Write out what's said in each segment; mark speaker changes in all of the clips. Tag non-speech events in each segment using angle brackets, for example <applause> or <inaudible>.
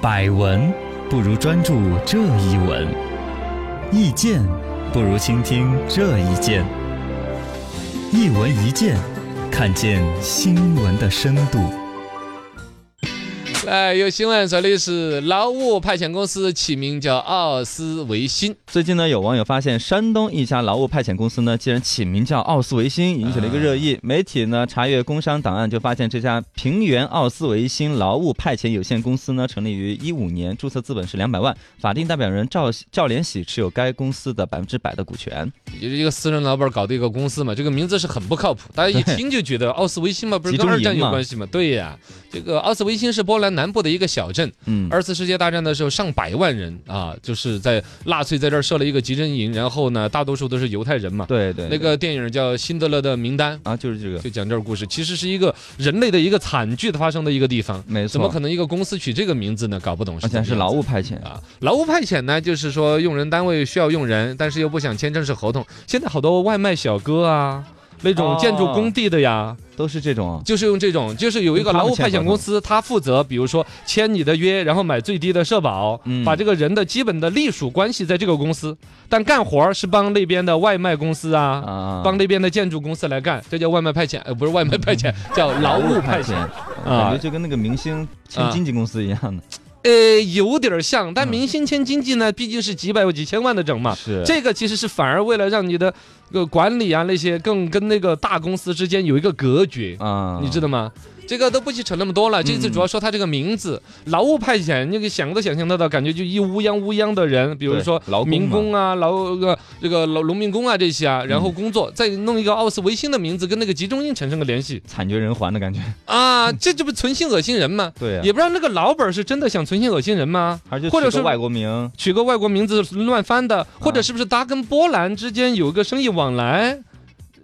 Speaker 1: 百闻不如专注这一闻，意见不如倾听这一见。一闻一见，看见新闻的深度。
Speaker 2: 来，哎有新闻说的是劳务派遣公司起名叫奥斯维辛，
Speaker 3: 最近呢，有网友发现山东一家劳务派遣公司呢，竟然起名叫奥斯维辛，引起了一个热议。媒体呢查阅工商档案，就发现这家平原奥斯维辛劳务派遣有限公司呢，成立于一五年，注册资本是两百万，法定代表人赵赵连喜持有该公司的百分之百的股权。
Speaker 2: 也就是一个私人老板搞的一个公司嘛，这个名字是很不靠谱，大家一听就觉得奥斯维辛嘛，不是
Speaker 3: 集
Speaker 2: 跟
Speaker 3: 中
Speaker 2: 二战
Speaker 3: 营
Speaker 2: 有
Speaker 3: 嘛
Speaker 2: 关系嘛？对呀、这个奥斯维辛是波兰南部的一个小镇，
Speaker 3: 嗯，
Speaker 2: 二次世界大战的时候，上百万人啊，就是在纳粹在这儿设了一个集中营，然后呢，大多数都是犹太人嘛。
Speaker 3: 对对，
Speaker 2: 那个电影叫《辛德勒的名单
Speaker 3: 啊，就是这个》，，
Speaker 2: 就讲这儿故事，其实是一个人类的一个惨剧的发生的一个地方。
Speaker 3: 没错，
Speaker 2: 怎么可能一个公司取这个名字呢？搞不懂。
Speaker 3: 而且还是劳务派遣，
Speaker 2: 啊，劳务派遣呢，就是说用人单位需要用人，但是又不想签正式合同。现在好多外卖小哥啊。那
Speaker 3: 哦
Speaker 2: 种建筑工地的呀，
Speaker 3: 都是这种啊。
Speaker 2: 就是用这种，就是有一个
Speaker 3: 跟他
Speaker 2: 劳
Speaker 3: 们
Speaker 2: 务派
Speaker 3: 签
Speaker 2: 遣
Speaker 3: 合
Speaker 2: 公
Speaker 3: 同
Speaker 2: 司，他负责，比如说签你的约，然后买最低的社保，
Speaker 3: 嗯
Speaker 2: 把这个人的基本的隶属关系在这个公司，但干活儿是帮那边的外卖公司啊，
Speaker 3: 啊，
Speaker 2: 帮那边的建筑公司来干，这叫外卖派遣，呃，不是外卖派
Speaker 3: 嗯
Speaker 2: 遣，啊叫劳务派遣。
Speaker 3: 感觉就跟那个明星签经纪公司一样的，
Speaker 2: 呃，有点儿像，但
Speaker 3: 嗯
Speaker 2: 明星签经济呢，毕竟是几百或几千万的整嘛。
Speaker 3: 是
Speaker 2: 啊这个其实是反而为了让你的呃管理啊那些更跟那个大公司之间有一个隔绝，
Speaker 3: 啊，嗯
Speaker 2: 你知道吗？这个都不去扯那么多了，这次主要说他这个名字，劳务派遣，那个想都想象得到，感觉就一乌泱乌泱的人，比如
Speaker 3: 对
Speaker 2: 说
Speaker 3: 劳工
Speaker 2: 民
Speaker 3: 嘛
Speaker 2: 工啊、劳呃这个劳农民工啊这些啊，然后工
Speaker 3: 嗯
Speaker 2: 作，再弄一个奥斯维辛的名字跟那个集中营产生个联系
Speaker 3: 惨绝人寰的感觉。
Speaker 2: 啊，这这不存心恶心人吗？
Speaker 3: 嗯对啊，
Speaker 2: 也不知道那个老板是真的想存心恶心人吗？
Speaker 3: 还是
Speaker 2: 或者
Speaker 3: 取个
Speaker 2: 是
Speaker 3: 外国名，
Speaker 2: 取个外国名字乱翻
Speaker 3: 啊
Speaker 2: 的，或者是不是他跟波兰之间有一个生意往
Speaker 3: <laughs>
Speaker 2: 来？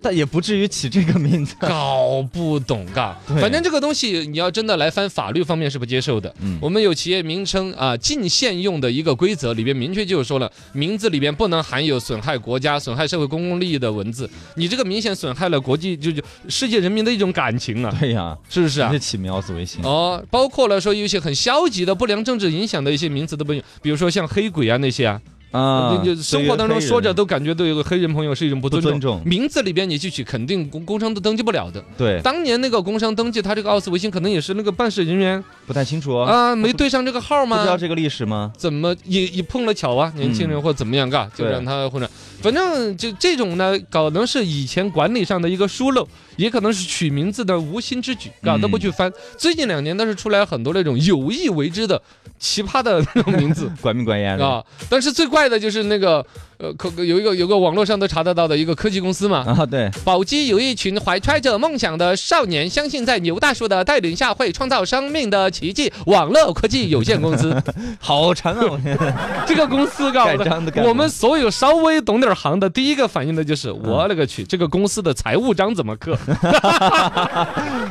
Speaker 3: 但也不至于起这个名字。
Speaker 2: 搞不懂嘎。
Speaker 3: 对
Speaker 2: 反正这个东西你要真的来翻法律方面是不接受的。
Speaker 3: 嗯
Speaker 2: 我们有企业名称啊禁限用的一个规则，里边明确就有说了，名字里边不能含有损害国家、损害社会公共利益的文字。你这个明显损害了国际就就世界人民的一种感情啊，
Speaker 3: <laughs> 对呀，
Speaker 2: 是不是啊
Speaker 3: 这？起名奥斯维辛。
Speaker 2: 哦，包括了说有一些很消极的不良政治影响的一些名词都不用，比如说像黑鬼啊那些啊，
Speaker 3: 啊
Speaker 2: 就就生活当中说着
Speaker 3: 都
Speaker 2: 都感觉对有个黑人朋友是一种不尊
Speaker 3: 不
Speaker 2: 重。
Speaker 3: 尊重，
Speaker 2: 名字里边你去取，肯定工工商都登记不了的。
Speaker 3: 对，
Speaker 2: 当年那个工商登记，他这个奥斯维辛可能也是那个办事人员
Speaker 3: 不太清楚哦，
Speaker 2: 啊，没对上这个号
Speaker 3: 不知道
Speaker 2: 吗？
Speaker 3: 这个历史吗？
Speaker 2: 怎么也也碰了巧啊？年轻人
Speaker 3: 嗯
Speaker 2: 或怎么样嘎，就
Speaker 3: 对
Speaker 2: 让他混着。反正就这种呢，可能是以前管理上的一个疏漏，也可能是取名字的无心之举，嘎都不
Speaker 3: 嗯
Speaker 2: 去翻。最近两年倒是出来很多那种有意为之的奇葩的那种名字，
Speaker 3: 管不管严的
Speaker 2: 啊，但是最怪的就是那个，呃，可有一个有个网络上都查得到的一个科技公司嘛，
Speaker 3: <laughs> 啊？对，
Speaker 2: 宝鸡有一群怀揣着梦想的少年，相信在牛大叔的带领下会创造生命的奇迹。网络科技有限公
Speaker 3: <laughs>
Speaker 2: 司，
Speaker 3: 好长啊，我天 <laughs>
Speaker 2: 这个公司搞
Speaker 3: 盖
Speaker 2: 的。
Speaker 3: 章的盖章。嗯
Speaker 2: 我们所有稍微懂点行的，第一个反应的就是我勒个去，这个公司的财务章怎么
Speaker 3: <laughs>
Speaker 2: 刻，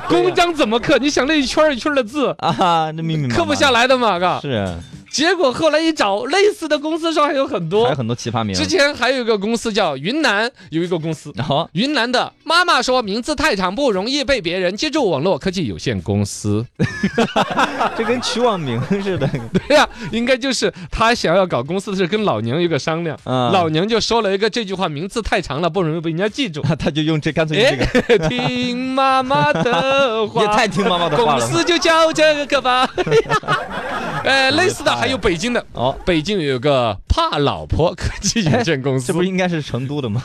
Speaker 2: 公章怎么刻？你想那一圈儿一圈儿的字，
Speaker 3: 啊，这密密麻麻
Speaker 2: 刻不下来的嘛，嘎。
Speaker 3: 是
Speaker 2: 结果后来一找，类似的公司上还有很多
Speaker 3: 还有，很多奇葩名。
Speaker 2: 之前还有一个公司叫云南，有一个公司。
Speaker 3: 然后
Speaker 2: 云南的妈妈说，名字太长不容易被别人记住。网络科技有限公司， <laughs>
Speaker 3: 这跟取网名似的 <laughs>
Speaker 2: 对呀、应该就是他想要搞公司的事，跟老娘有个商量，
Speaker 3: 啊，
Speaker 2: 老娘就说了一个这句话，名字太长了，不容易被人家记住。
Speaker 3: 他就用这干脆用这个，
Speaker 2: 哎， <laughs> 听妈妈的话，
Speaker 3: 也太听妈妈的话
Speaker 2: 公
Speaker 3: 了。
Speaker 2: 司就叫这个吧。 <laughs> 呃，类似的还有北京的，
Speaker 3: 哦，
Speaker 2: 北京有个怕老婆科技有限公司
Speaker 3: 哎这不，应该是成都
Speaker 2: <laughs>
Speaker 3: 的吗？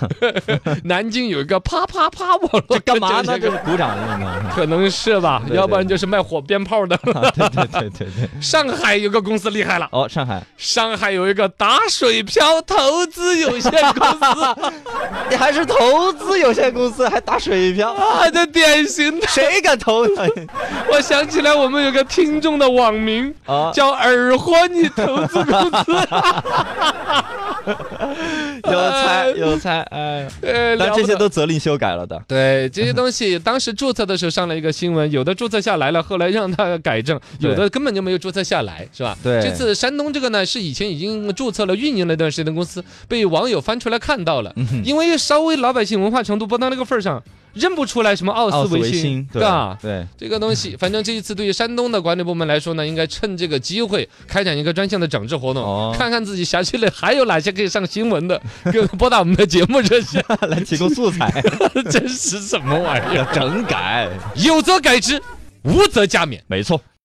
Speaker 2: 南京有一个啪啪啪网络
Speaker 3: 这干嘛
Speaker 2: 科技有限公
Speaker 3: 呢？
Speaker 2: 司
Speaker 3: 这是鼓掌用的。
Speaker 2: 可能是吧，
Speaker 3: 对对
Speaker 2: 要不然就是卖火鞭炮的。
Speaker 3: 啊 <laughs> 对对对对对。
Speaker 2: 上海有个公司厉害了，
Speaker 3: 哦，上海，
Speaker 2: 上海有一个打水漂投资有限公
Speaker 3: <laughs>
Speaker 2: 司
Speaker 3: 你还是投资有限公司，还打水 <laughs> 漂，
Speaker 2: 啊，这典型的。
Speaker 3: 谁敢投呢？
Speaker 2: 我想起来，我们有个听众的网名
Speaker 3: 啊，
Speaker 2: 叫“耳欢你投资公司
Speaker 3: <laughs> 有才有才，呃哎，”，
Speaker 2: 呃，
Speaker 3: 但
Speaker 2: 了
Speaker 3: 这
Speaker 2: 不
Speaker 3: 些
Speaker 2: 得
Speaker 3: 都责令修改了的。
Speaker 2: 对这些东西，当时注册的时候上了一个新闻，有的注册下来了，后来让他改正，有的根本就没有注册下来，是吧？
Speaker 3: 对
Speaker 2: 这次山东这个呢，是以前已经注册了运营了一段时
Speaker 3: 嗯
Speaker 2: 间的公司，被网友翻出来看到了，因为稍微老百姓文化程度不到那个份儿上。认不出来什么奥
Speaker 3: 哦奥
Speaker 2: 斯
Speaker 3: 斯维
Speaker 2: 辛，
Speaker 3: 辛，对
Speaker 2: 吧？
Speaker 3: 对， <laughs>
Speaker 2: 这个东西，反正这一次对于山东的管理部门来说呢，应该趁这个机会开展一个专项的整治活动，
Speaker 3: 哦
Speaker 2: 看看自己辖区内还有哪些可以上新闻
Speaker 3: <laughs>
Speaker 2: 的，给我们拨打我们的节目热 <laughs> 线。
Speaker 3: 来提供素材，
Speaker 2: 真是什么玩意儿？
Speaker 3: <laughs> 整改，
Speaker 2: 有则改之，无则加勉。
Speaker 3: 没错。